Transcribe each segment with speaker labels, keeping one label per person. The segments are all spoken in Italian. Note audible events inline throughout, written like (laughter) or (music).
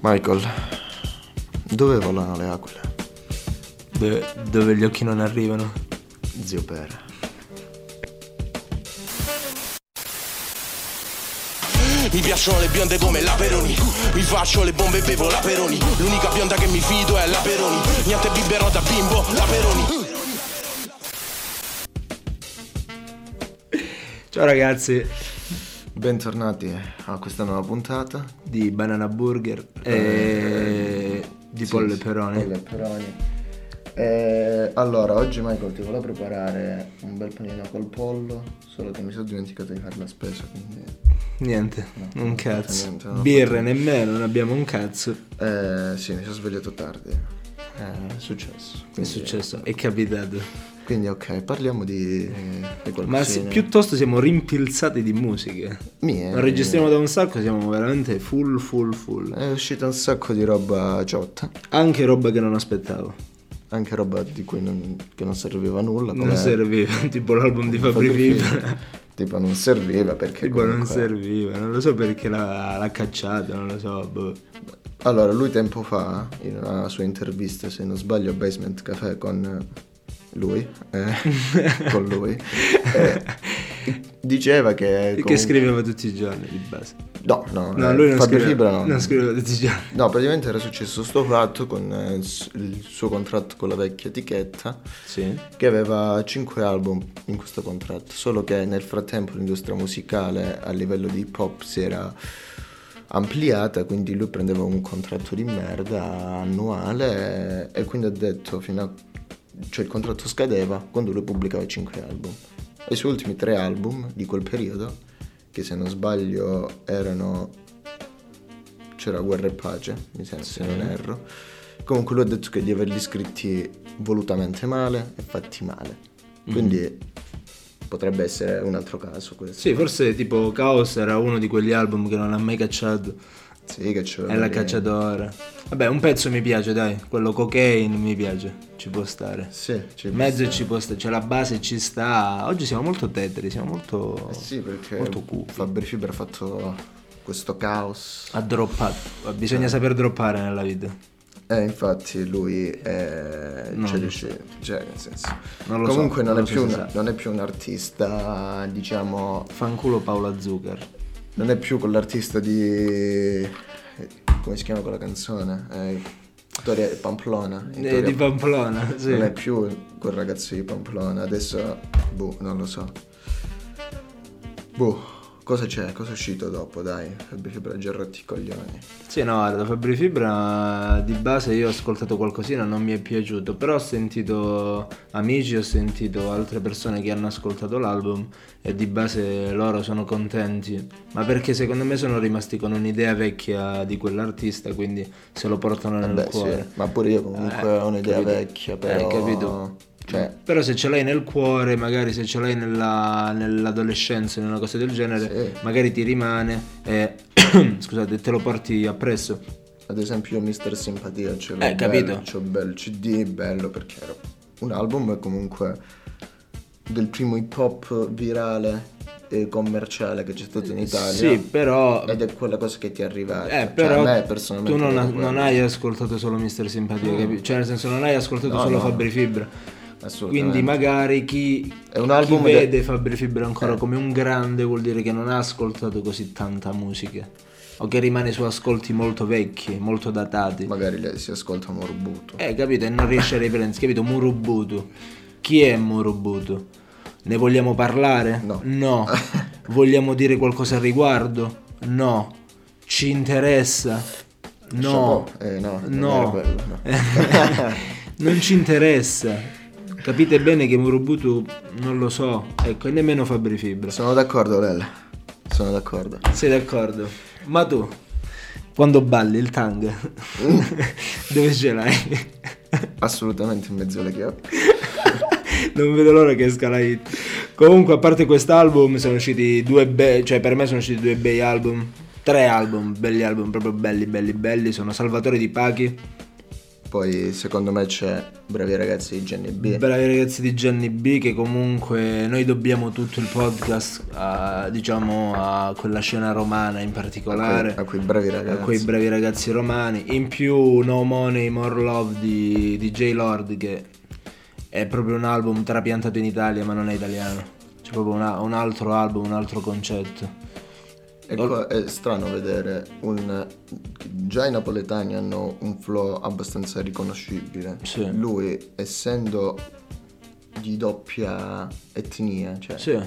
Speaker 1: Michael, dove volano le aquile?
Speaker 2: Dove, dove gli occhi non arrivano.
Speaker 1: Zio Per.
Speaker 3: Mi piacciono le bionde come la Peroni Mi faccio le bombe e bevo la Peroni L'unica bionda che mi fido è la Peroni Niente biberò da bimbo, la Peroni
Speaker 2: Ciao ragazzi
Speaker 1: Bentornati a questa nuova puntata.
Speaker 2: di Banana Burger e di
Speaker 1: Eh, Sì,
Speaker 2: Pollo e
Speaker 1: sì,
Speaker 2: Perone.
Speaker 1: Pollo e Peroni. Eh, allora, oggi Michael ti volevo preparare un bel panino col pollo, solo che mi sono dimenticato di fare la spesa, quindi...
Speaker 2: Niente,
Speaker 1: No,
Speaker 2: un
Speaker 1: non c'è
Speaker 2: cazzo.
Speaker 1: niente, no.
Speaker 2: Birre nemmeno, non abbiamo un cazzo.
Speaker 1: Eh, sì, mi sono svegliato tardi. Eh, è successo.
Speaker 2: È
Speaker 1: Quindi-
Speaker 2: successo, è capitato.
Speaker 1: Quindi, ok, parliamo di, di qualcosa.
Speaker 2: Eh, Ma se- piuttosto siamo rimpilzati di musiche.
Speaker 1: Mie.
Speaker 2: Non registriamo da un sacco, siamo veramente full, full, full.
Speaker 1: È uscita un sacco di roba ciotta,
Speaker 2: Anche roba che non aspettavo.
Speaker 1: anche roba di cui non, che non serviva a nulla.
Speaker 2: Non serviva, (laughs) tipo l'album di Fabri Fibra.
Speaker 1: (laughs) Tipo, non serviva perché.
Speaker 2: (laughs) Tipo non
Speaker 1: comunque-
Speaker 2: serviva, non lo so perché l'ha, l'ha cacciato, non lo so. boh.
Speaker 1: Allora, lui tempo fa, in una sua intervista, se non sbaglio, a Basement Café con lui, eh, con
Speaker 2: (laughs)
Speaker 1: lui, eh, diceva che...
Speaker 2: Che
Speaker 1: comunque-
Speaker 2: scriveva tutti i giorni di base.
Speaker 1: No, no,
Speaker 2: No,
Speaker 1: eh,
Speaker 2: lui non
Speaker 1: Fabio
Speaker 2: scriveva,
Speaker 1: Fibra no.
Speaker 2: non scriveva tutti i giorni.
Speaker 1: No, praticamente era successo sto fatto con eh, il s- il suo contratto con la vecchia etichetta
Speaker 2: Sì.
Speaker 1: che aveva 5 album in questo contratto, solo che nel frattempo l'industria musicale a livello di hip hop si era ampliata, quindi lui prendeva un contratto di merda annuale e, e quindi ha detto fino a... cioè il contratto scadeva quando lui pubblicava 5 album. E i suoi ultimi 3 album di quel periodo, che se non sbaglio erano c'era Guerra e Pace, mi sembra, se non erro. Comunque lui ha detto che di averli scritti volutamente male e fatti male.
Speaker 2: Mm-hmm.
Speaker 1: Quindi potrebbe essere un altro caso questo.
Speaker 2: Sì, forse tipo Chaos era uno di quegli album che non ha mai cacciato.
Speaker 1: Sì, che c'è.
Speaker 2: È la cacciatora. Vabbè, un pezzo mi piace, dai. Quello cocaine mi piace. Ci può stare.
Speaker 1: Sì, c'è
Speaker 2: In mezzo ci può stare. Cioè la base ci sta. Oggi siamo molto tetri, siamo molto.
Speaker 1: Eh Sì, perché
Speaker 2: Molto cupi.
Speaker 1: Fabri Fibra ha fatto questo caos.
Speaker 2: Ha droppato.
Speaker 1: Eh.
Speaker 2: Bisogna saper droppare nella vita.
Speaker 1: E infatti lui è... c'è riuscito. Cioè, nel senso...
Speaker 2: Non lo so,
Speaker 1: Comunque non,
Speaker 2: non
Speaker 1: è
Speaker 2: so
Speaker 1: più
Speaker 2: se
Speaker 1: un- non è più un artista, diciamo,
Speaker 2: Fanculo Paola Zucker.
Speaker 1: Non è più quell'artista di. come si chiama quella canzone? Eh, Vittoria Pamplona.
Speaker 2: Eh,
Speaker 1: Vittoria-
Speaker 2: di Pamplona, sì.
Speaker 1: Non è più quel ragazzo di Pamplona, adesso. boh, non lo so. Boh, cosa c'è? Cosa è uscito dopo? Dai, Fabri Fibra Gerrotti i coglioni.
Speaker 2: Sì, no, guarda, Fabri Fibra di base io ho ascoltato qualcosina, non mi è piaciuto, però ho sentito amici, ho sentito altre persone che hanno ascoltato l'album e di base loro sono contenti, ma perché secondo me sono rimasti con un'idea vecchia di quell'artista, quindi se lo portano nel
Speaker 1: Vabbè, Eh sì,
Speaker 2: cuore.
Speaker 1: ma pure io comunque
Speaker 2: Eh,
Speaker 1: ho un'idea
Speaker 2: capito.
Speaker 1: vecchia, però.
Speaker 2: Eh, capito.
Speaker 1: Cioè,
Speaker 2: Mm. Però se ce l'hai nel cuore, magari se ce l'hai nella- nell'adolescenza, in una cosa del genere,
Speaker 1: Sì.
Speaker 2: magari ti rimane e (clears throat) scusate, te lo porti appresso.
Speaker 1: ad esempio, io Mister Simpatia ce l'ho.
Speaker 2: Eh, capito.
Speaker 1: bello, C'ho bel CD, bello perché era un album comunque del primo hip hop virale e commerciale che c'è stato in Italia.
Speaker 2: Sì, però
Speaker 1: Ed è quella cosa che ti è arrivata.
Speaker 2: Eh,
Speaker 1: Cioè,
Speaker 2: però
Speaker 1: a me personalmente.
Speaker 2: tu non,
Speaker 1: era
Speaker 2: ha-
Speaker 1: quello.
Speaker 2: non hai ascoltato solo Mister Simpatia, capi- Cioè, nel senso, non hai ascoltato
Speaker 1: No,
Speaker 2: solo
Speaker 1: no.
Speaker 2: Fabri Fibra.
Speaker 1: Assolutamente.
Speaker 2: Quindi magari chi,
Speaker 1: È un album
Speaker 2: chi
Speaker 1: che- Eh.
Speaker 2: vede Fabri Fibra ancora come un grande vuol dire che non ha ascoltato così tanta musica. O che rimane su ascolti molto vecchi, molto datati.
Speaker 1: Magari le- si ascolta Morbuto.
Speaker 2: Eh, capito? E non riesce a riprendersi, capito? Murubutu. Chi è Murubutu? Ne vogliamo parlare?
Speaker 1: No. (laughs)
Speaker 2: vogliamo dire qualcosa al riguardo? No. Ci interessa? No.
Speaker 1: Chapeau. Eh, no, non era
Speaker 2: No.
Speaker 1: quello, no.
Speaker 2: (laughs) non ci interessa. Capite bene che Murubutu non lo so, ecco, e nemmeno Fabri Fibra.
Speaker 1: Sono d'accordo, Lel. Sono d'accordo.
Speaker 2: Sei d'accordo? Ma tu, quando balli il tang, (laughs) dove ce l'hai?
Speaker 1: Assolutamente in mezzo alle chiappe.
Speaker 2: (laughs) Non vedo l'ora che esca la hit. Comunque, a parte quest'album, sono usciti due bei, cioè per me sono usciti due bei album. Tre album, belli album, proprio belli, belli, belli. Sono Salvatore di Pachi,
Speaker 1: Poi secondo me c'è Bravi ragazzi di Jenny B.
Speaker 2: Bravi ragazzi di Jenny B che comunque noi dobbiamo tutto il podcast a, diciamo a quella scena romana in particolare.
Speaker 1: a quei bravi
Speaker 2: a
Speaker 1: ragazzi.
Speaker 2: quei bravi ragazzi romani. In più No Money More Love di, di J Lord che è proprio un album trapiantato in Italia ma non è italiano. C'è proprio una- un altro album, un altro concetto.
Speaker 1: E qua Ecco, è strano vedere un. Già i napoletani hanno un flow abbastanza riconoscibile.
Speaker 2: Sì.
Speaker 1: Lui, essendo di doppia etnia, cioè
Speaker 2: Sì.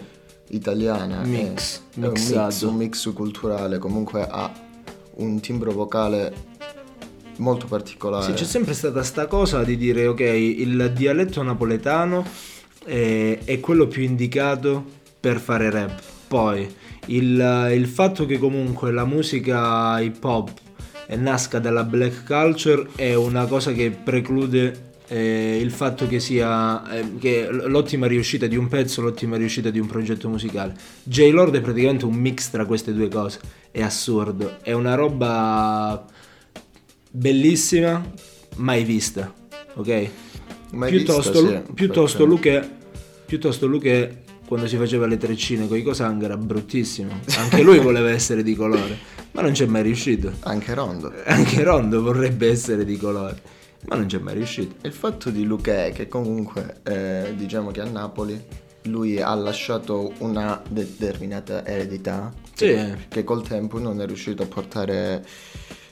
Speaker 1: italiana, è-
Speaker 2: Mix,
Speaker 1: è, un, mix,
Speaker 2: mixato.
Speaker 1: un mix culturale, comunque ha un timbro vocale molto
Speaker 2: Sì,
Speaker 1: particolare.
Speaker 2: c'è sempre stata sta cosa di dire ok, il dialetto napoletano è, è quello più indicato per fare rap. Poi il, il fatto che comunque la musica hip hop eh, nasca dalla black culture è una cosa che preclude eh, il fatto che sia eh, che l- l'ottima riuscita di un pezzo, l'ottima riuscita di un progetto musicale. J. Lord è praticamente un mix tra queste due cose. È assurdo, è una roba bellissima, mai vista, ok?
Speaker 1: Mai
Speaker 2: piuttosto
Speaker 1: vista, sì,
Speaker 2: piuttosto
Speaker 1: perché-
Speaker 2: Luque, piuttosto Luque quando si faceva le treccine con i Cosang era bruttissimo, anche lui voleva essere di colore, ma non c'è mai riuscito.
Speaker 1: Anche Rondo.
Speaker 2: Anche Rondo vorrebbe essere di colore, ma non c'è mai riuscito.
Speaker 1: Il fatto di Luque è che comunque eh, diciamo che a Napoli lui ha lasciato una determinata eredità
Speaker 2: Sì,
Speaker 1: che col tempo non è riuscito a portare,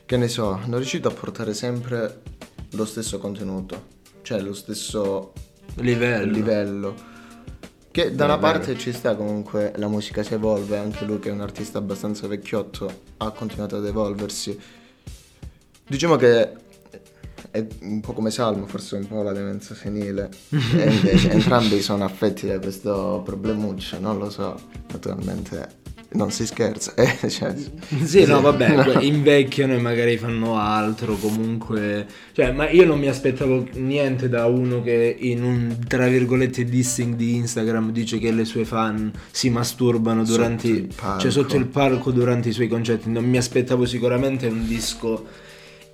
Speaker 1: che ne so, non è riuscito a portare sempre lo stesso contenuto, cioè lo stesso
Speaker 2: livello.
Speaker 1: livello. Che
Speaker 2: Eh,
Speaker 1: da una parte ci sta comunque, la musica si evolve, anche lui che è un artista abbastanza vecchiotto ha continuato ad evolversi. Diciamo che è un po' come Salmo, forse un po' la demenza
Speaker 2: (laughs)
Speaker 1: senile. e invece entrambi sono affetti da questo problemuccio, non lo so, naturalmente non si scherza. (laughs) eh, cioè,
Speaker 2: (laughs) Sì, no, vabbè,
Speaker 1: (laughs)
Speaker 2: que- invecchiano e magari fanno altro comunque. Cioè, ma io non mi aspettavo niente da uno che in un tra virgolette dissing di Instagram dice che le sue fan si masturbano
Speaker 1: Sotto
Speaker 2: durante
Speaker 1: il palco.
Speaker 2: cioè sotto il palco durante i suoi concerti. Non mi aspettavo sicuramente un disco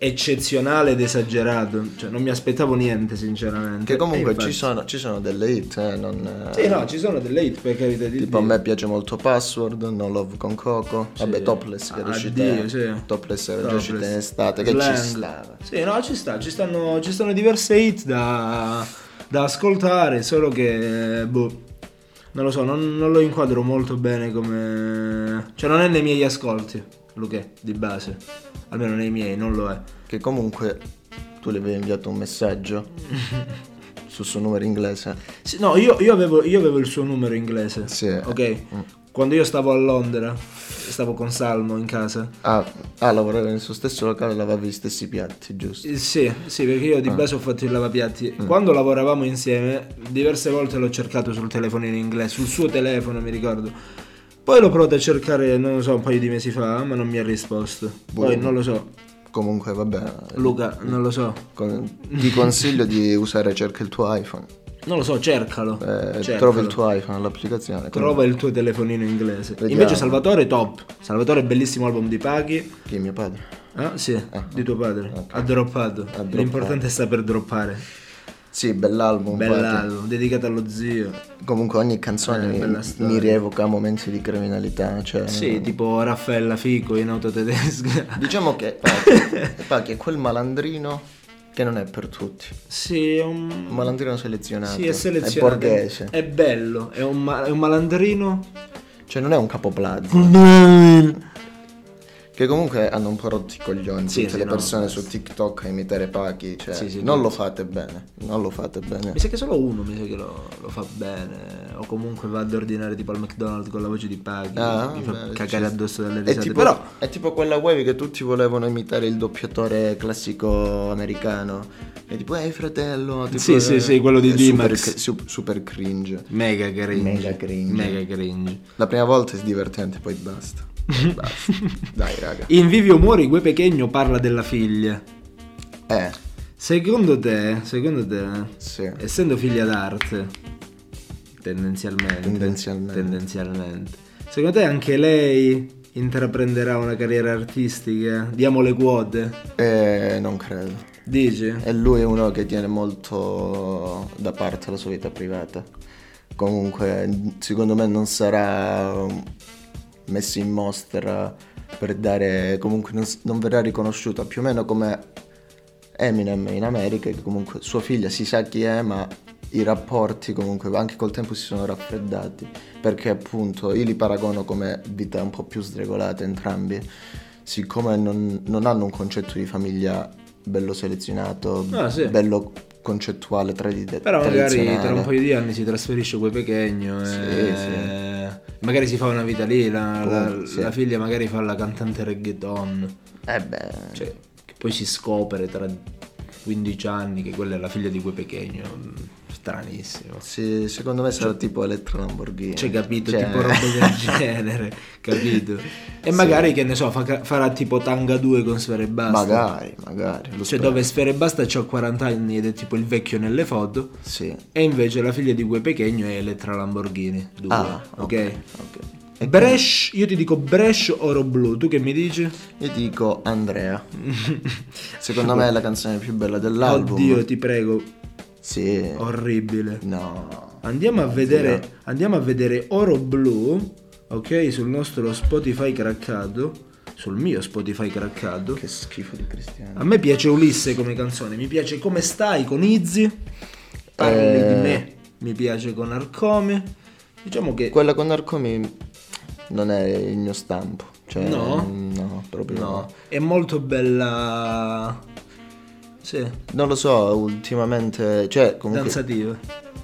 Speaker 2: eccezionale ed esagerato. Cioè, non mi aspettavo niente, sinceramente.
Speaker 1: Che comunque
Speaker 2: E Eh, infatti-
Speaker 1: ci sono, ci sono delle hit, eh, non...
Speaker 2: Sì, no, ci sono delle hit per carità di
Speaker 1: Tipo a
Speaker 2: Dio.
Speaker 1: me piace molto Password, No Love con Coco, vabbè Topless che è riuscita,
Speaker 2: Addio, Ah, sì.
Speaker 1: Topless era già
Speaker 2: Topless.
Speaker 1: uscita in estate, che
Speaker 2: Slang.
Speaker 1: ci stava.
Speaker 2: Sì, no, ci sta, ci stanno, ci stanno diverse hit da, da ascoltare, solo che, boh, non lo so, non, non lo inquadro molto bene come... Cioè non è nei miei ascolti, Luque, di base, almeno nei miei, non lo è.
Speaker 1: Che comunque tu le avevi inviato un messaggio
Speaker 2: (laughs)
Speaker 1: sul suo numero inglese.
Speaker 2: Sì, no, io, io avevo, io avevo il suo numero inglese,
Speaker 1: Sì. Mm.
Speaker 2: ok? Quando io stavo a Londra, stavo con Salmo in casa,
Speaker 1: Ah, ah, lavorava nel suo stesso locale, lavavi gli stessi piatti, giusto?
Speaker 2: Eh, Sì, sì, perché io di
Speaker 1: Ah.
Speaker 2: base ho fatto il lavapiatti.
Speaker 1: Mm.
Speaker 2: Quando lavoravamo insieme, diverse volte l'ho cercato sul telefono in inglese, sul suo telefono, mi ricordo. Poi l'ho provato a cercare, non lo so, un paio di mesi fa, ma non mi ha risposto. Poi
Speaker 1: Boh.
Speaker 2: non lo so,
Speaker 1: Comunque
Speaker 2: (laughs)
Speaker 1: vabbè,
Speaker 2: Luca, non lo so.
Speaker 1: con- ti consiglio di usare cerca il tuo iPhone.
Speaker 2: Non lo so, cercalo.
Speaker 1: Eh,
Speaker 2: Cercalo.
Speaker 1: trova il tuo iPhone, l'applicazione.
Speaker 2: Trova il tuo telefonino inglese.
Speaker 1: Vediamo.
Speaker 2: Invece Salvatore top. Salvatore bellissimo album di Paghi.
Speaker 1: Chi è mio padre?
Speaker 2: Ah, sì, di tuo padre. Ha droppato.
Speaker 1: droppato.
Speaker 2: L'importante è saper droppare.
Speaker 1: Sì, bell'album. infatti.
Speaker 2: Bell'album, dedicato allo zio.
Speaker 1: Comunque ogni canzone
Speaker 2: Eh, bella
Speaker 1: mi,
Speaker 2: storia.
Speaker 1: mi rievoca momenti di criminalità, cioè...
Speaker 2: Sì, tipo Raffaella Fico in auto tedesca.
Speaker 1: Diciamo che Pacchi, Pacchi è quel malandrino che non è per tutti.
Speaker 2: (laughs) Sì, è un...
Speaker 1: Un malandrino selezionato.
Speaker 2: sì, è selezionato. Eh.
Speaker 1: È borghese.
Speaker 2: È bello, è un, ma- è un malandrino.
Speaker 1: Cioè non è un capoplazzo. Che comunque hanno un po' rotto i coglioni
Speaker 2: Sì,
Speaker 1: tutte
Speaker 2: sì,
Speaker 1: le
Speaker 2: no,
Speaker 1: persone su TikTok a imitare Pacchi. Cioè,
Speaker 2: Sì, sì,
Speaker 1: non
Speaker 2: tutti.
Speaker 1: lo fate bene. Non lo fate bene.
Speaker 2: Mi sa che solo uno mi sa che lo, lo fa bene. O comunque va ad ordinare tipo al McDonald's con la voce di Paghi.
Speaker 1: Ah,
Speaker 2: mi fa
Speaker 1: beh,
Speaker 2: cagare
Speaker 1: ci-
Speaker 2: addosso dalle
Speaker 1: È
Speaker 2: risate.
Speaker 1: tipo,
Speaker 2: Però
Speaker 1: è tipo quella wave che tutti volevano imitare il doppiatore classico americano. È tipo, ehi fratello. Tipo,
Speaker 2: Sì, sì, sì, quello di
Speaker 1: è super,
Speaker 2: D-Max.
Speaker 1: cr- sup- super cringe.
Speaker 2: mega cringe.
Speaker 1: Mega cringe.
Speaker 2: Mega cringe.
Speaker 1: La prima volta è divertente, poi
Speaker 2: (laughs)
Speaker 1: basta. Poi basta. Dai, raga.
Speaker 2: In Vivio Muori Gue Pechegno parla della figlia.
Speaker 1: Eh,
Speaker 2: Secondo te, secondo te,
Speaker 1: sì.
Speaker 2: Essendo figlia d'arte, tendenzialmente,
Speaker 1: Tendenzialmente.
Speaker 2: tendenzialmente, secondo te anche lei intraprenderà una carriera artistica? Diamo le quote.
Speaker 1: Eh, non credo.
Speaker 2: Dici?
Speaker 1: E lui è uno che tiene molto da parte la sua vita privata. Comunque, secondo me non sarà messo in mostra per dare. comunque non, s- non verrà riconosciuta più o meno come Eminem in America, che comunque sua figlia si sa chi è, ma i rapporti comunque anche col tempo si sono raffreddati. Perché appunto io li paragono come vita un po' più sregolate entrambi. Siccome non, non hanno un concetto di famiglia bello selezionato,
Speaker 2: Ah, sì.
Speaker 1: bello concettuale, tradizionale.
Speaker 2: Però magari tra un paio di anni si trasferisce poi Pechegno e
Speaker 1: Sì,
Speaker 2: magari si fa una vita lì, la, la-
Speaker 1: Comunque, sì.
Speaker 2: la figlia magari fa la cantante reggaeton,
Speaker 1: Eh beh...
Speaker 2: cioè, che poi si scopre tra 15 anni che quella è la figlia di quel Pechegno, stranissimo.
Speaker 1: Sì, secondo me sarà tipo Elettra Lamborghini.
Speaker 2: Cioè, capito,
Speaker 1: Cioè-
Speaker 2: tipo roba
Speaker 1: (laughs)
Speaker 2: del genere, capito? E magari, che ne so, fa- farà tipo Tanga 2 con Sfera e Basta.
Speaker 1: Magari, magari. Lo
Speaker 2: Cioè,
Speaker 1: spero.
Speaker 2: dove Sfera e Basta c'ha 40 anni ed è tipo il vecchio nelle foto.
Speaker 1: Sì.
Speaker 2: E invece la figlia di Gue Pechegno è Elettra Lamborghini. Due,
Speaker 1: Ah,
Speaker 2: ok?
Speaker 1: ok.
Speaker 2: Bresh, io ti dico Bresh Oro Blu, tu che mi dici?
Speaker 1: Io dico
Speaker 2: (laughs)
Speaker 1: Andrea. Secondo me è la canzone più bella dell'album.
Speaker 2: Oddio, ti prego,
Speaker 1: Sì.
Speaker 2: orribile.
Speaker 1: Eh. No.
Speaker 2: Andiamo a vedere, andiamo a vedere Oro Blu, ok? Sul nostro Spotify craccato, sul mio Spotify craccato.
Speaker 1: Che schifo di Cristiano.
Speaker 2: A me piace Ulisse come canzone, mi piace Come stai con Izzy, Parli
Speaker 1: Eh.
Speaker 2: di me, mi piace con Arcome. Diciamo che
Speaker 1: Quella con Narcomi non è il mio stampo. Cioè,
Speaker 2: No?
Speaker 1: No, proprio
Speaker 2: No,
Speaker 1: no.
Speaker 2: è molto bella. Sì,
Speaker 1: Non lo so, ultimamente... Cioè, comunque...
Speaker 2: danzativa.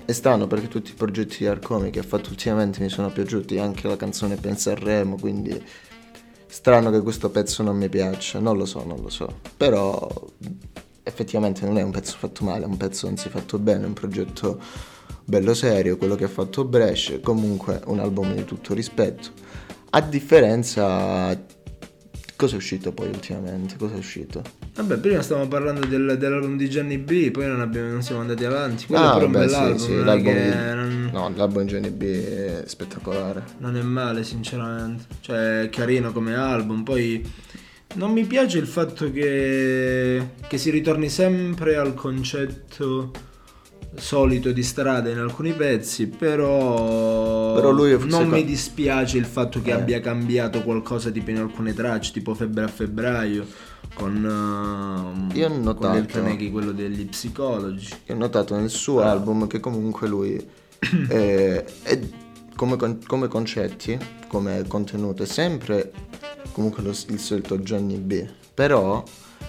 Speaker 1: È strano perché tutti i progetti di Arcomi che ha fatto ultimamente mi sono piaciuti, anche la canzone Pensa a Remo, quindi strano che questo pezzo non mi piaccia, non lo so, non lo so. Però effettivamente non è un pezzo fatto male, è un pezzo anzi fatto bene, è un progetto bello serio, quello che ha fatto Brescia, comunque un album di tutto rispetto. A differenza... Cosa è uscito poi ultimamente? Cosa è uscito?
Speaker 2: Vabbè, prima stavamo parlando del- dell'album di Gianni B, poi non, abbiamo- non siamo andati avanti. Quello
Speaker 1: Ah,
Speaker 2: però è un
Speaker 1: vabbè,
Speaker 2: bell'album, non, è che-
Speaker 1: di-
Speaker 2: non-
Speaker 1: No, l'album di Johnny B è spettacolare.
Speaker 2: non è male, sinceramente. Cioè, è carino come album. Poi non mi piace il fatto che, che si ritorni sempre al concetto solito di strada in alcuni pezzi, però,
Speaker 1: Però lui è-
Speaker 2: non
Speaker 1: secondo-
Speaker 2: mi dispiace il fatto che
Speaker 1: Eh.
Speaker 2: abbia cambiato qualcosa tipo in alcune tracce, tipo Febbre a Febbraio con
Speaker 1: Io ho
Speaker 2: il
Speaker 1: notato-
Speaker 2: Taneghi, quello degli psicologi.
Speaker 1: Io ho notato nel suo
Speaker 2: Ah.
Speaker 1: album che comunque lui eh, è come, con- come concetti, come contenuto, è sempre comunque lo s- il solito Johnny B. Però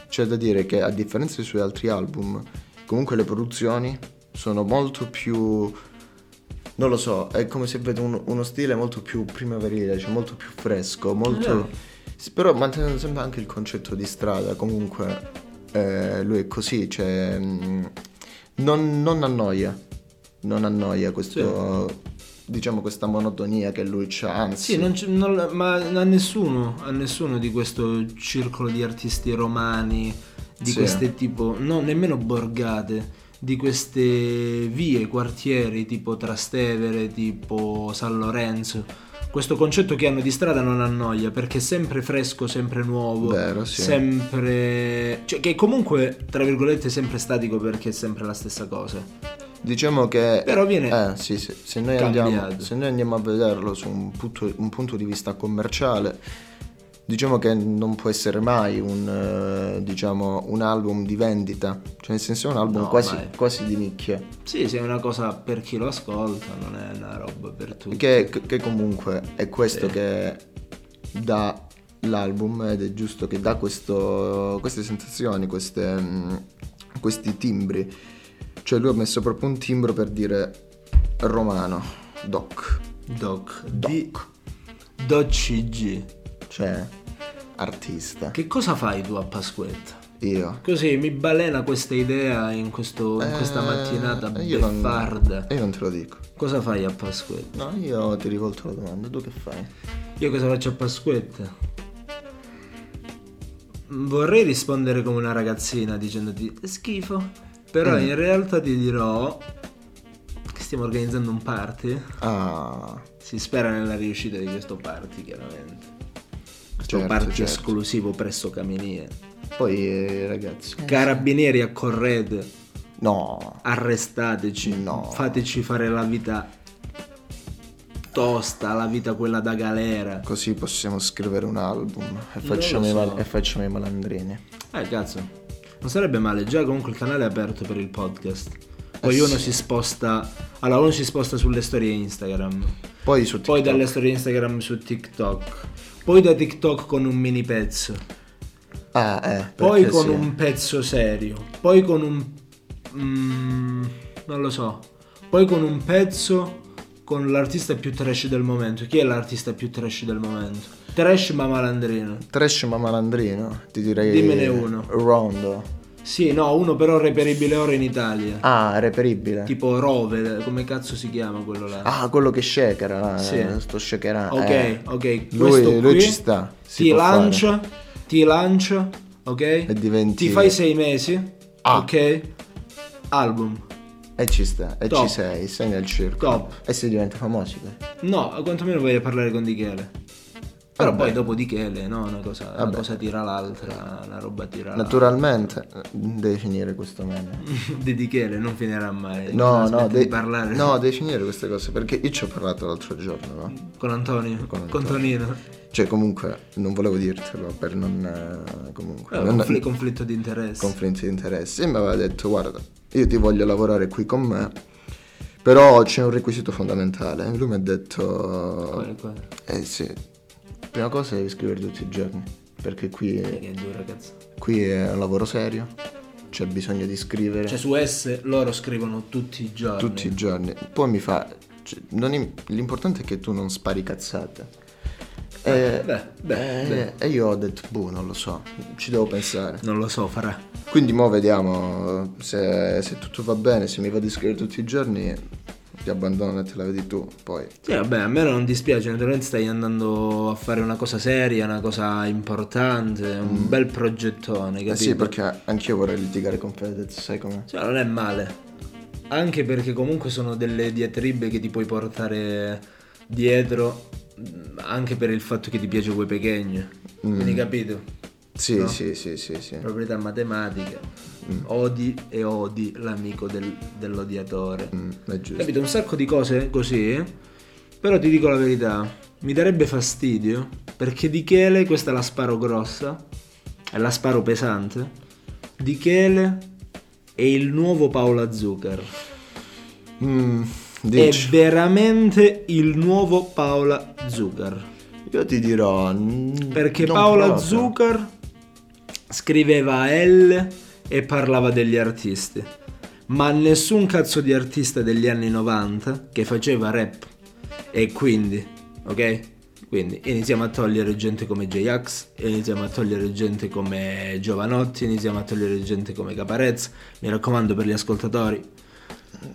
Speaker 1: c'è da dire che a differenza dei suoi altri album, comunque le produzioni sono molto più... Non lo so, è come se vedo un- uno stile molto più primaverile, cioè molto più fresco, molto... Sì, Però mantenendo sempre anche il concetto di strada, comunque eh, lui è così, cioè mm, non, non annoia, non annoia questo, diciamo questa monotonia che lui c'ha, anzi...
Speaker 2: Sì, non c'è- non- ma a nessuno, a nessuno di questo circolo di artisti romani, di
Speaker 1: Sì.
Speaker 2: queste tipo, no, nemmeno borgate, di queste vie, quartieri tipo Trastevere, tipo San Lorenzo. Questo concetto che hanno di strada non annoia perché è sempre fresco, sempre nuovo,
Speaker 1: Vero, sì.
Speaker 2: sempre... cioè che comunque, tra virgolette, è sempre statico perché è sempre la stessa cosa.
Speaker 1: Diciamo che.
Speaker 2: Però viene
Speaker 1: Eh, sì, sì. Se, noi
Speaker 2: cambiato.
Speaker 1: andiamo, se noi andiamo a vederlo su un punto, un punto di vista commerciale, diciamo che non può essere mai un, eh, diciamo, un album di vendita. Cioè, nel senso, è un album
Speaker 2: No,
Speaker 1: quasi,
Speaker 2: mai.
Speaker 1: quasi di nicchia.
Speaker 2: Sì, sì, è una cosa per chi lo ascolta, non è una roba per tutti.
Speaker 1: Che, che comunque è questo che dà l'album ed è giusto che dà questo- queste sensazioni, queste, mh, questi timbri. Cioè lui ha messo proprio un timbro per dire romano, doc,
Speaker 2: Doc. Di... Doc CG.
Speaker 1: cioè artista.
Speaker 2: Che cosa fai tu a Pasquetta?
Speaker 1: Io.
Speaker 2: Così mi balena questa idea in, questo- in questa
Speaker 1: Eh,
Speaker 2: mattinata
Speaker 1: io non-
Speaker 2: beffarda.
Speaker 1: Io non te lo dico.
Speaker 2: Cosa fai a Pasquetta?
Speaker 1: No, io ti rivolto la domanda, tu che fai?
Speaker 2: Io cosa faccio a Pasquetta? Vorrei rispondere come una ragazzina dicendoti "È schifo. Però
Speaker 1: Mm.
Speaker 2: in realtà ti dirò che stiamo organizzando un party.
Speaker 1: Ah,
Speaker 2: Si spera nella riuscita di questo party, chiaramente. Questo
Speaker 1: Certo,
Speaker 2: party
Speaker 1: certo.
Speaker 2: esclusivo presso Caminie.
Speaker 1: Poi eh, ragazzi,
Speaker 2: Carabinieri a Corred,
Speaker 1: no,
Speaker 2: arrestateci,
Speaker 1: No.
Speaker 2: fateci fare la vita tosta, la vita quella da galera.
Speaker 1: così possiamo scrivere un album e
Speaker 2: lo
Speaker 1: facciamo, i,
Speaker 2: so.
Speaker 1: mal- e facciamo i malandrini.
Speaker 2: Eh, cazzo. Non sarebbe male, già comunque il canale è aperto per il podcast. Poi
Speaker 1: Eh,
Speaker 2: uno si sposta. Allora, uno si sposta sulle storie Instagram.
Speaker 1: Poi su
Speaker 2: Poi
Speaker 1: TikTok.
Speaker 2: dalle storie Instagram su TikTok. Poi da TikTok con un mini pezzo.
Speaker 1: Ah, eh,
Speaker 2: Poi
Speaker 1: perché
Speaker 2: con
Speaker 1: sì.
Speaker 2: un pezzo serio. Poi con un. mm, non lo so. Poi con un pezzo con l'artista più trash del momento. Chi è l'artista più trash del momento? Trash ma malandrino.
Speaker 1: Trash ma malandrino, ti direi...
Speaker 2: Dimmene uno.
Speaker 1: Rondo.
Speaker 2: Sì, no, uno però reperibile ora in Italia.
Speaker 1: Ah, reperibile.
Speaker 2: Tipo Rove, come cazzo si chiama quello là?
Speaker 1: Ah, quello che shakera, eh,
Speaker 2: Sì.
Speaker 1: sto shakerando.
Speaker 2: ok,
Speaker 1: eh.
Speaker 2: ok.
Speaker 1: Lui,
Speaker 2: questo
Speaker 1: lui
Speaker 2: qui
Speaker 1: ci sta. si
Speaker 2: Ti
Speaker 1: può fare.
Speaker 2: lancia, ti lancia, ok? E
Speaker 1: diventi-
Speaker 2: Ti fai sei mesi,
Speaker 1: Ah.
Speaker 2: ok? Album.
Speaker 1: E ci sta, e
Speaker 2: Top.
Speaker 1: ci sei, sei nel circo.
Speaker 2: Top.
Speaker 1: E si diventa eh. famoso. poi.
Speaker 2: No, quantomeno voglio parlare con Dichele. Però
Speaker 1: Vabbè.
Speaker 2: poi dopo Dichele, no, una cosa, una
Speaker 1: Vabbè.
Speaker 2: cosa tira l'altra, la roba tira l'altra.
Speaker 1: Naturalmente, eh, devi finire questo meme.
Speaker 2: (laughs) Di Dichele non finirà mai.
Speaker 1: No,
Speaker 2: Smetti
Speaker 1: no,
Speaker 2: di
Speaker 1: devi
Speaker 2: parlare
Speaker 1: no, devi finire queste cose perché io ci ho parlato l'altro giorno, no?
Speaker 2: (laughs) con Antonio, con,
Speaker 1: Antonio.
Speaker 2: Tonino.
Speaker 1: Cioè, comunque, non volevo dirtelo per non. eh, comunque.
Speaker 2: Eh,
Speaker 1: non-
Speaker 2: confl- conflitto di interessi.
Speaker 1: conflitti di interessi e mi aveva detto guarda io ti voglio lavorare qui con me però c'è un requisito fondamentale e lui mi ha detto
Speaker 2: Quale- quale?
Speaker 1: eh sì prima cosa devi scrivere tutti i giorni perché qui,
Speaker 2: Che è dura, cazzo.
Speaker 1: qui è un lavoro serio c'è bisogno di scrivere
Speaker 2: Cioè su S loro scrivono tutti i giorni.
Speaker 1: tutti i giorni poi mi fa cioè, non im- l'importante è che tu non spari cazzate e,
Speaker 2: beh, beh,
Speaker 1: eh, e io ho detto boh non lo so ci devo pensare
Speaker 2: Non lo so, farà.
Speaker 1: Quindi mo vediamo eh, se, se tutto va bene, se mi va di scrivere tutti i giorni ti abbandono e te la vedi tu poi. Eh,
Speaker 2: Sì, vabbè, a me non dispiace, naturalmente stai andando a fare una cosa seria, una cosa importante, un bel progettone,
Speaker 1: Mm.
Speaker 2: capito?
Speaker 1: Eh sì, perché anch'io vorrei litigare con Fedez, sai com'è?
Speaker 2: Cioè, non è male. Anche perché comunque sono delle diatribe che ti puoi portare dietro, mh, anche per il fatto che ti piace quei pechegno. Quindi capito?
Speaker 1: Sì,
Speaker 2: No.
Speaker 1: sì, sì, sì, sì.
Speaker 2: Proprietà matematica. Odi e odi l'amico del- dell'odiatore.
Speaker 1: Mm, è giusto.
Speaker 2: Capito? Un sacco di cose così. Però ti dico la verità. Mi darebbe fastidio. Perché di Chele, questa la sparo grossa. È la sparo pesante. Di Chele è il nuovo Paola Zucker.
Speaker 1: Mm, dici.
Speaker 2: È veramente il nuovo Paola Zucker.
Speaker 1: Io ti dirò... mm,
Speaker 2: Perché
Speaker 1: non
Speaker 2: Paola
Speaker 1: proprio.
Speaker 2: Zucker scriveva L e parlava degli artisti. Ma nessun cazzo di artista degli anni 90 che faceva rap. E quindi, ok? Quindi iniziamo a togliere gente come J-Ax, iniziamo a togliere gente come Giovanotti, iniziamo a togliere gente come Caparezza. Mi raccomando per gli ascoltatori,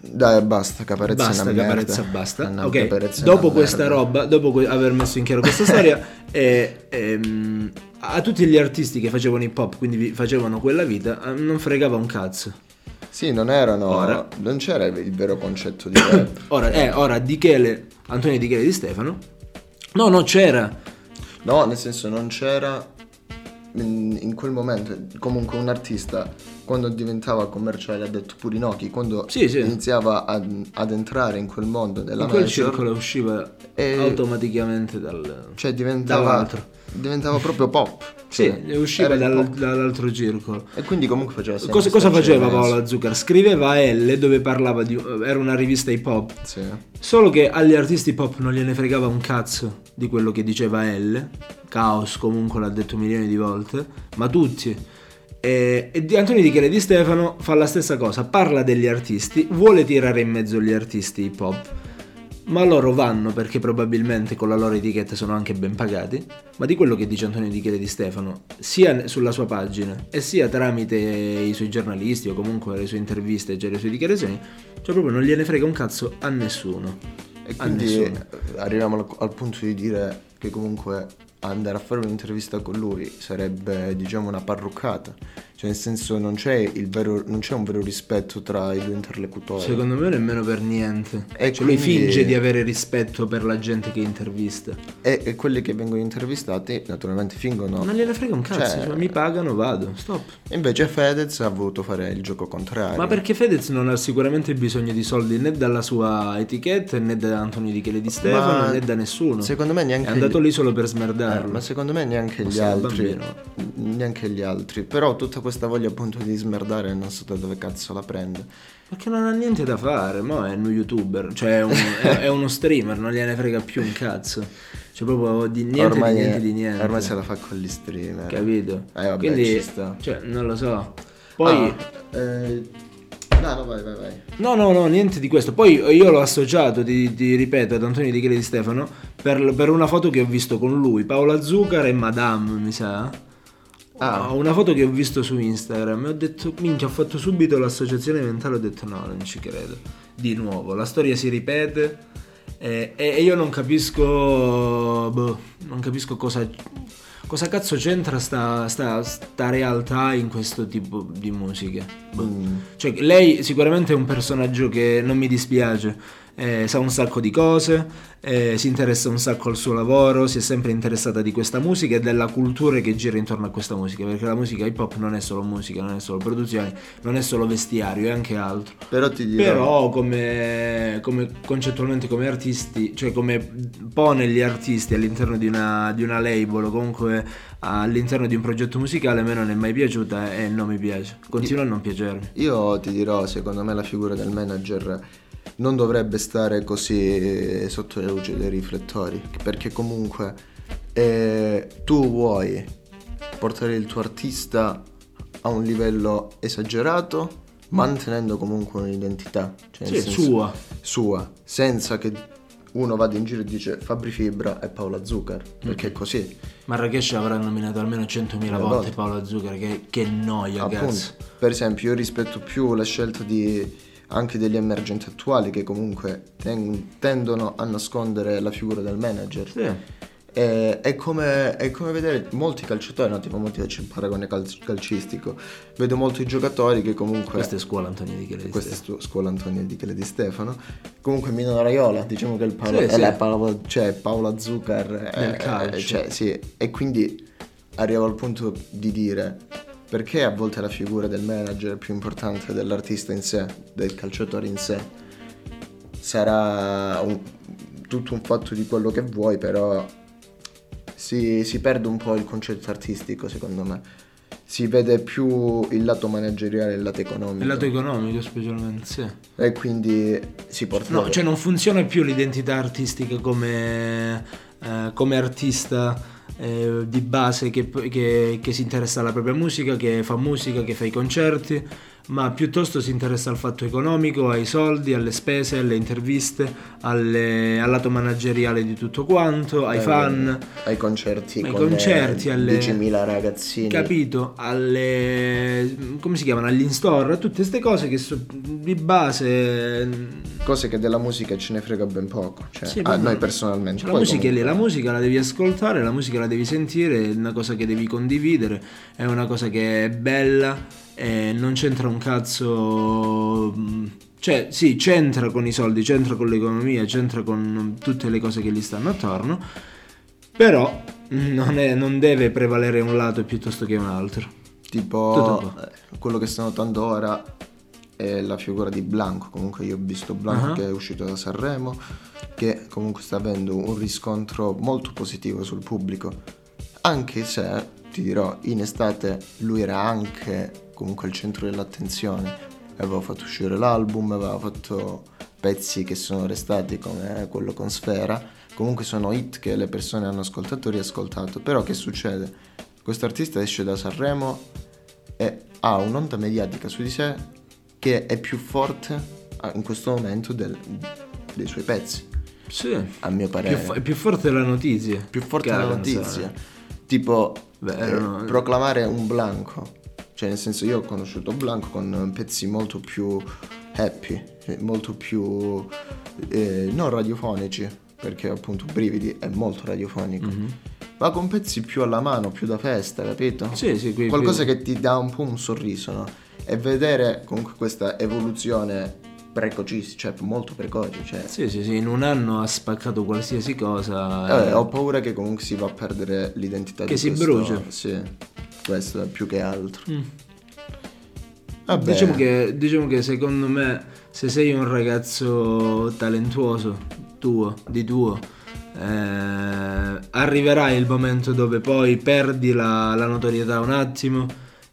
Speaker 1: Dai, basta, caparezza è
Speaker 2: Basta,
Speaker 1: una
Speaker 2: Caparezza,
Speaker 1: merda.
Speaker 2: basta.
Speaker 1: No,
Speaker 2: ok,
Speaker 1: Caparezza è
Speaker 2: dopo
Speaker 1: una
Speaker 2: questa
Speaker 1: merda.
Speaker 2: roba, dopo que- aver messo in
Speaker 1: (laughs)
Speaker 2: chiaro questa storia, eh, ehm, a tutti gli artisti che facevano hip hop, quindi vi- facevano quella vita, eh, non fregava un cazzo.
Speaker 1: Sì, non erano...
Speaker 2: Ora.
Speaker 1: Non c'era il vero concetto di
Speaker 2: (coughs)
Speaker 1: rap.
Speaker 2: Ora, eh, ora Di Chele, Antonio Di Chele di Stefano, no, no, c'era.
Speaker 1: No, nel senso non c'era in, in quel momento comunque un artista quando diventava commerciale ha detto Purinocchi, quando
Speaker 2: Sì, sì.
Speaker 1: iniziava ad, ad entrare in quel mondo della
Speaker 2: In quel
Speaker 1: major,
Speaker 2: circolo usciva
Speaker 1: E-
Speaker 2: automaticamente dal...
Speaker 1: cioè diventava,
Speaker 2: dall'altro.
Speaker 1: diventava proprio pop.
Speaker 2: Sì,
Speaker 1: Cioè,
Speaker 2: usciva
Speaker 1: era il
Speaker 2: dal-
Speaker 1: pop.
Speaker 2: dall'altro circolo.
Speaker 1: E quindi comunque faceva sempre
Speaker 2: Cosa, cosa
Speaker 1: sta
Speaker 2: faceva
Speaker 1: scena,
Speaker 2: Paola Zucker? Scriveva L dove parlava di... era una rivista hip hop.
Speaker 1: Sì.
Speaker 2: Solo che agli artisti pop non gliene fregava un cazzo di quello che diceva L. Caos comunque l'ha detto milioni di volte, ma tutti. E, e di Antonio Di Chele di Stefano fa la stessa cosa, parla degli artisti, vuole tirare in mezzo gli artisti hip hop, ma loro vanno perché probabilmente con la loro etichetta sono anche ben pagati, ma di quello che dice Antonio Di Chele di Stefano, sia sulla sua pagina e sia tramite i suoi giornalisti o comunque le sue interviste, cioè le sue dichiarazioni, cioè proprio non gliene frega un cazzo a nessuno.
Speaker 1: E
Speaker 2: A
Speaker 1: quindi
Speaker 2: nessuno.
Speaker 1: eh, arriviamo al, al punto di dire che comunque andare a fare un'intervista con lui sarebbe diciamo una parruccata. Cioè, nel senso, non c'è, il vero- non c'è un vero rispetto tra i due interlocutori.
Speaker 2: Secondo me nemmeno per niente.
Speaker 1: E
Speaker 2: Cioè, lui
Speaker 1: quindi-
Speaker 2: finge di avere rispetto per la gente che intervista.
Speaker 1: E, e quelli che vengono intervistati, naturalmente, fingono.
Speaker 2: Non gliene frega un cazzo,
Speaker 1: Cioè-
Speaker 2: cioè, mi pagano, vado, stop.
Speaker 1: Invece Fedez ha voluto fare il gioco contrario.
Speaker 2: Ma perché Fedez non ha sicuramente bisogno di soldi né dalla sua etichetta né da Anthony Di Chele di Stefano
Speaker 1: Ma
Speaker 2: né da nessuno.
Speaker 1: Secondo me neanche
Speaker 2: È andato
Speaker 1: gli-
Speaker 2: lì solo per
Speaker 1: Eh,
Speaker 2: smerdarlo.
Speaker 1: ma secondo me neanche
Speaker 2: Ma
Speaker 1: gli
Speaker 2: sei un
Speaker 1: altri.
Speaker 2: bambino.
Speaker 1: Neanche gli altri. Però tutta questa voglia appunto di smerdare non so da dove cazzo la prende.
Speaker 2: Perché non ha niente da fare, ma è uno youtuber,
Speaker 1: (laughs)
Speaker 2: cioè è, un- è- è uno streamer, non gliene frega più un cazzo. Cioè proprio di niente
Speaker 1: ormai
Speaker 2: di niente
Speaker 1: è-
Speaker 2: di niente.
Speaker 1: Ormai se la fa con gli streamer.
Speaker 2: Capito?
Speaker 1: Eh vabbè,
Speaker 2: Quindi,
Speaker 1: ci sta.
Speaker 2: Cioè, non lo so. Poi
Speaker 1: Ah, eh, No, no, vai, vai, vai.
Speaker 2: No, no, no, niente di questo. Poi io l'ho associato, ti, ti ripeto, ad Antonio Di Chele di Stefano per, per una foto che ho visto con lui, Paola Zuccar e Madame, mi sa.
Speaker 1: Ah.
Speaker 2: Ho Una foto che ho visto su Instagram e ho detto, minchia, ho fatto subito l'associazione mentale, ho detto no, non ci credo. Di nuovo, la storia si ripete e, e- e io non capisco, boh, non capisco cosa, cosa cazzo c'entra sta, sta- sta realtà in questo tipo di musiche. Boh.
Speaker 1: Mm,
Speaker 2: Cioè, lei sicuramente è un personaggio che non mi dispiace, eh, sa un sacco di cose, eh, si interessa un sacco al suo lavoro, si è sempre interessata di questa musica e della cultura che gira intorno a questa musica, perché la musica hip hop non è solo musica, non è solo produzione, non è solo vestiario, è anche altro.
Speaker 1: Però ti dirò.
Speaker 2: Però come, come- concettualmente come artisti, cioè come pone gli artisti all'interno di una, di una label o comunque all'interno di un progetto musicale a me non è mai piaciuta e non mi piace, continua a non piacermi.
Speaker 1: Io ti dirò, secondo me la figura del manager non dovrebbe stare così eh, sotto le luci dei riflettori, perché comunque eh, tu vuoi portare il tuo artista a un livello esagerato, mantenendo comunque un'identità. Cioè nel
Speaker 2: Sì,
Speaker 1: senso-
Speaker 2: sua.
Speaker 1: Sua, senza che uno vada in giro e dice Fabri Fibra e Paola Zuccar,
Speaker 2: Mm.
Speaker 1: perché è così.
Speaker 2: Marrakesh avrà nominato almeno 100.000
Speaker 1: volte.
Speaker 2: volte Paolo Zucchero, che, che noia,
Speaker 1: Appunto,
Speaker 2: cazzo.
Speaker 1: per esempio, io rispetto più la scelta di anche degli emergenti attuali che comunque ten- tendono a nascondere la figura del manager. Eh, è, come, è come vedere molti calciatori, no, tipo molti faccio il paragone calci- calcistico. Vedo molti giocatori che comunque.
Speaker 2: Questa è scuola Antonio Di Chiesa.
Speaker 1: questa è stu- scuola Antonio di Chele di Stefano. Comunque Mino Raiola, diciamo che il Paolo,
Speaker 2: Sì,
Speaker 1: è
Speaker 2: sì.
Speaker 1: la Paola- cioè Paola Zuccar eh,
Speaker 2: Nel calcio.
Speaker 1: cioè, sì. E quindi arrivo al punto di dire perché a volte la figura del manager è più importante dell'artista in sé, del calciatore in sé. Sarà un- tutto un fatto di quello che vuoi, però si, si perde un po' il concetto artistico, secondo me. Si vede più il lato manageriale e il lato economico.
Speaker 2: Il lato economico specialmente, sì.
Speaker 1: E quindi si porta
Speaker 2: No, cioè non funziona più l'identità artistica come, eh, come artista eh, di base che, che- che si interessa alla propria musica, che fa musica, che fa i concerti, ma piuttosto si interessa al fatto economico, ai soldi, alle spese, alle interviste, alle- al lato manageriale di tutto quanto, ai
Speaker 1: eh,
Speaker 2: fan.
Speaker 1: ai concerti,
Speaker 2: ai
Speaker 1: con,
Speaker 2: concerti,
Speaker 1: eh,
Speaker 2: alle-
Speaker 1: 10.000 ragazzini.
Speaker 2: Capito? Alle. come si chiamano? All'instore, a tutte queste cose che so- di base.
Speaker 1: Cose che della musica ce ne frega ben poco. Cioè,
Speaker 2: Sì,
Speaker 1: a
Speaker 2: proprio-
Speaker 1: noi personalmente.
Speaker 2: Cioè, la
Speaker 1: Poi
Speaker 2: musica è lì,
Speaker 1: comunque-
Speaker 2: la musica la devi ascoltare, la musica la devi sentire, è una cosa che devi condividere, è una cosa che è bella e non c'entra un cazzo. mh, Cioè, sì, c'entra con i soldi, c'entra con l'economia, c'entra con tutte le cose che gli stanno attorno, però mh, non, è- non deve prevalere un lato piuttosto che un altro. Tutto
Speaker 1: Tipo,
Speaker 2: un po'.
Speaker 1: eh, quello che sto notando ora è la figura di Blanco. Comunque, io ho visto Blanco
Speaker 2: Ah.
Speaker 1: che è uscito da Sanremo, che comunque sta avendo un riscontro molto positivo sul pubblico. Anche se, ti dirò, in estate lui era anche comunque al centro dell'attenzione. Aveva fatto uscire l'album, aveva fatto pezzi che sono restati come quello con Sfera. Comunque sono hit che le persone hanno ascoltato e riascoltato. Però che succede? Questo artista esce da Sanremo e ha un'onda mediatica su di sé che è più forte ah, in questo momento del- dei suoi pezzi,
Speaker 2: Sì.
Speaker 1: a mio
Speaker 2: Più
Speaker 1: parere.
Speaker 2: fo- è più forte la notizia.
Speaker 1: Più forte
Speaker 2: che
Speaker 1: la
Speaker 2: canzone.
Speaker 1: notizia. Tipo,
Speaker 2: Vero,
Speaker 1: eh,
Speaker 2: no?
Speaker 1: proclamare un blanco. Cioè, nel senso, io ho conosciuto Blanco con pezzi molto più happy, cioè, molto più
Speaker 2: Mhm.
Speaker 1: eh, non radiofonici, perché appunto Brividi è molto radiofonico. ma con pezzi più alla mano, più da festa, capito?
Speaker 2: Sì, sì, qui-
Speaker 1: Qualcosa
Speaker 2: qui-
Speaker 1: che ti dà un po' un sorriso, no? E vedere comunque questa evoluzione precoce, cioè molto precoce, cioè...
Speaker 2: Sì, sì, sì, in un anno ha spaccato qualsiasi cosa.
Speaker 1: Eh, ho paura che comunque si va a perdere l'identità
Speaker 2: Che
Speaker 1: di
Speaker 2: si
Speaker 1: questo-
Speaker 2: brucia.
Speaker 1: Sì, questo è più che altro.
Speaker 2: Mm.
Speaker 1: Vabbè.
Speaker 2: Diciamo che, diciamo che secondo me se sei un ragazzo talentuoso tuo, di tuo, eh, arriverà il momento dove poi perdi la, la notorietà un attimo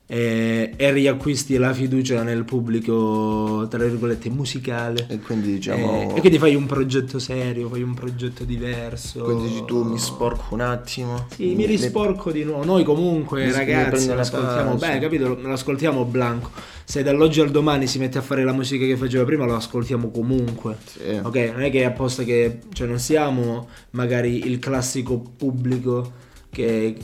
Speaker 2: e, e riacquisti la fiducia nel pubblico, tra virgolette, musicale.
Speaker 1: E quindi diciamo...
Speaker 2: Eh, e quindi fai un progetto serio, fai un progetto diverso.
Speaker 1: quindi dici tu mi sporco un attimo.
Speaker 2: Sì, mi
Speaker 1: ne-
Speaker 2: risporco di nuovo. Noi comunque,
Speaker 1: mi- mi
Speaker 2: ragazzi,
Speaker 1: prendo
Speaker 2: lo
Speaker 1: la
Speaker 2: ascoltiamo
Speaker 1: pausa.
Speaker 2: beh, capito? Lo, lo ascoltiamo blanco. Se dall'oggi al domani si mette a fare la musica che faceva prima, lo ascoltiamo comunque.
Speaker 1: Sì.
Speaker 2: Ok, non è che è apposta che. Cioè, non siamo magari il classico pubblico. Che,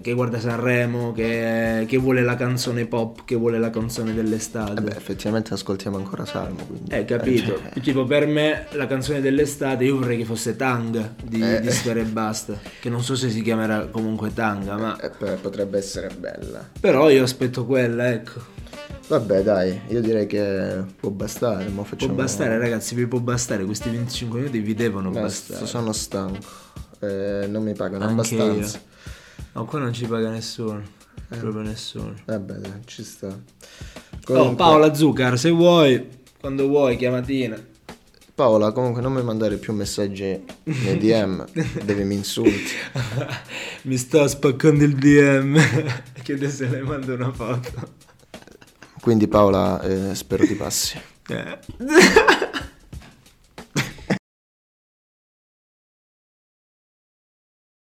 Speaker 2: che guarda Sanremo, che, che vuole la canzone pop, che vuole la canzone dell'estate.
Speaker 1: Eh beh, effettivamente ascoltiamo ancora Salmo, quindi... (laughs)
Speaker 2: Eh, capito.
Speaker 1: cioè,
Speaker 2: Tipo, per me la canzone dell'estate io vorrei che fosse Tang di,
Speaker 1: Eh.
Speaker 2: di Sfera e Basta. Che non so se si chiamerà comunque Tanga, ma.
Speaker 1: eh, beh, potrebbe essere bella.
Speaker 2: Però io aspetto quella, ecco.
Speaker 1: Vabbè, dai, io direi che può bastare, ma
Speaker 2: Può
Speaker 1: facciamo...
Speaker 2: bastare, ragazzi, vi può bastare. Questi 25 minuti vi devono
Speaker 1: Basta.
Speaker 2: bastare.
Speaker 1: Sono stanco. Eh, non mi pagano
Speaker 2: Anche
Speaker 1: abbastanza.
Speaker 2: io. No, qua non ci paga nessuno. Eh, Proprio nessuno.
Speaker 1: Vabbè, dai, ci sta.
Speaker 2: Oh,
Speaker 1: Comunque-
Speaker 2: Paola Zuccar, se vuoi, quando
Speaker 1: (laughs)
Speaker 2: vuoi, chiamatina.
Speaker 1: Paola, comunque non mi mandare più messaggi nei DM dove mi insulti.
Speaker 2: Mi sto spaccando il DM. (laughs) Chiede se le mando una foto.
Speaker 1: Quindi Paola, eh, spero ti passi.
Speaker 2: Eh.